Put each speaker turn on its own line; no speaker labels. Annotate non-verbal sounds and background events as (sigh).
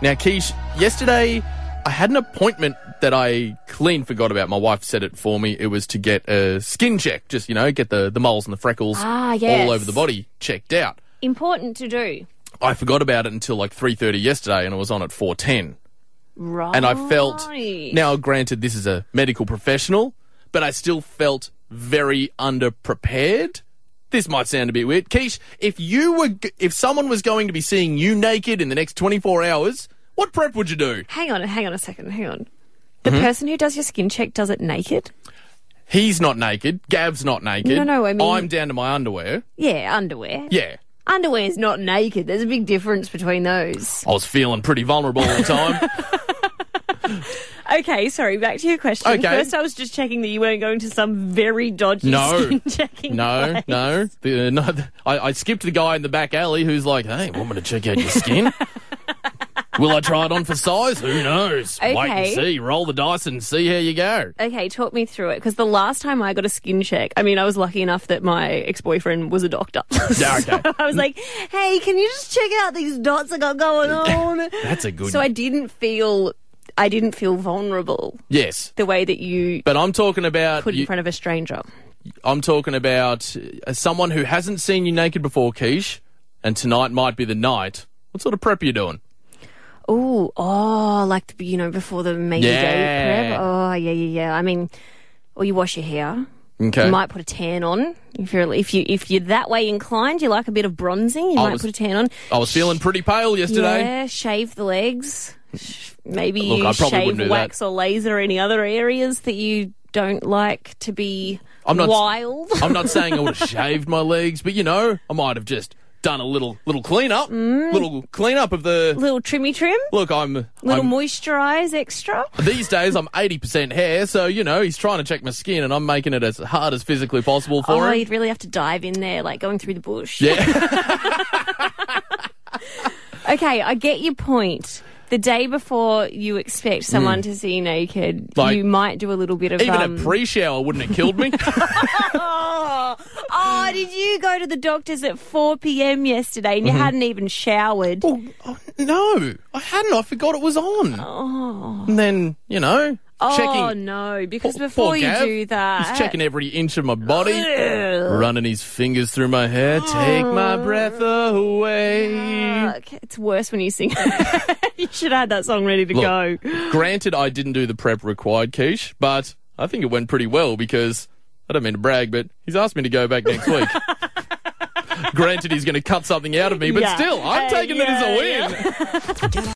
Now, Keish, yesterday I had an appointment that I clean forgot about. My wife said it for me. It was to get a skin check, just, you know, get the, the moles and the freckles
Ah, yes.
all over the body checked out.
Important to do.
I forgot about it until like 3.30 yesterday and it was on at 4.10.
Right.
And I felt, now granted this is a medical professional, but I still felt very underprepared. This might sound a bit weird. Keish, if you were, g- if someone was going to be seeing you naked in the next 24 hours, what prep would you do?
Hang on, hang on a second, hang on. The person who does your skin check does it naked?
He's not naked. Gav's not naked.
No, no, I mean-
I'm down to my underwear.
Yeah, underwear.
Yeah.
Underwear's not naked. There's a big difference between those.
I was feeling pretty vulnerable all the
(laughs)
time.
Okay, sorry, back to your question.
Okay.
First, I was just checking that you weren't going to some very dodgy
No.
skin checking.
no,
place.
no. The, uh, no the- I, I skipped the guy in the back alley who's like, hey, want me to check out your
(laughs)
skin? Will I try it on for size? Who knows? Wait and
Okay.
see. Roll the dice and see how you go.
Okay, talk me through it because the last time I got a skin check, I mean, I was lucky enough that my ex boyfriend was a doctor. (laughs)
Yeah, okay.
So I was like, hey, can you just check out these dots I got
(laughs)
going on?
That's a good.
so I didn't feel. I didn't feel vulnerable
yes.
the way that you
But I'm talking about
put in
you-
front of a stranger.
I'm talking about uh, someone who hasn't seen you naked before, Keish, and tonight might be the night. What sort of prep are you doing?
Ooh, oh, like the, you know before the meaty day
Yeah.
prep. Oh, yeah, yeah, yeah. I mean, or you wash your hair.
Okay.
You might put a tan on if you're if you if you're that way inclined. You like a bit of bronzing. You might
was-
put a tan on.
I was feeling pretty pale yesterday.
Yeah, shave the legs. Sh- Maybe
Look,
you
I probably
shave
wouldn't do
wax or laser any other areas that you don't like to be
I'm not-
wild.
I'm not saying I would have shaved my legs, but you know, I might have just done a little little cleanup, little cleanup of the.
(laughs) little trimmy trim,
Look, I'm,
Mm. little
I'm-
moisturise extra.
these days I'm 80% hair, so you know he's trying to check my skin, and I'm making it as hard as physically possible for
Oh,
him.
you'd really have to dive in there, like going through the bush.
Yeah,
(laughs) Okay, I get your point. The day before you expect someone to see you naked,
Hmm. Like-
you might do a little bit of
even
um,
a pre-shower wouldn't have killed
(laughs)
me.
Oh, oh, did you go to the doctor's at 4 p.m. yesterday and you hadn't even showered?
Well, Mm-hmm. oh, no, I hadn't. I forgot it was on. And then, you know,
Oh,
checking.
no, because
Poor-
before
poor
you
Gav.
do that.
He's checking every inch of my body, running his fingers through my hair.
Oh.
Take my breath away.
Fuck, it's worse when you sing. (laughs) you should have had that song ready to go.
Look, Granted, I didn't do the prep required, Keish, but I think it went pretty well because I don't mean to brag, but he's asked me to go back next
(laughs)
week. Granted, he's going to cut something out of me, but
Yeah.
still, I'm
Uh,
taking it as a
yeah,
win.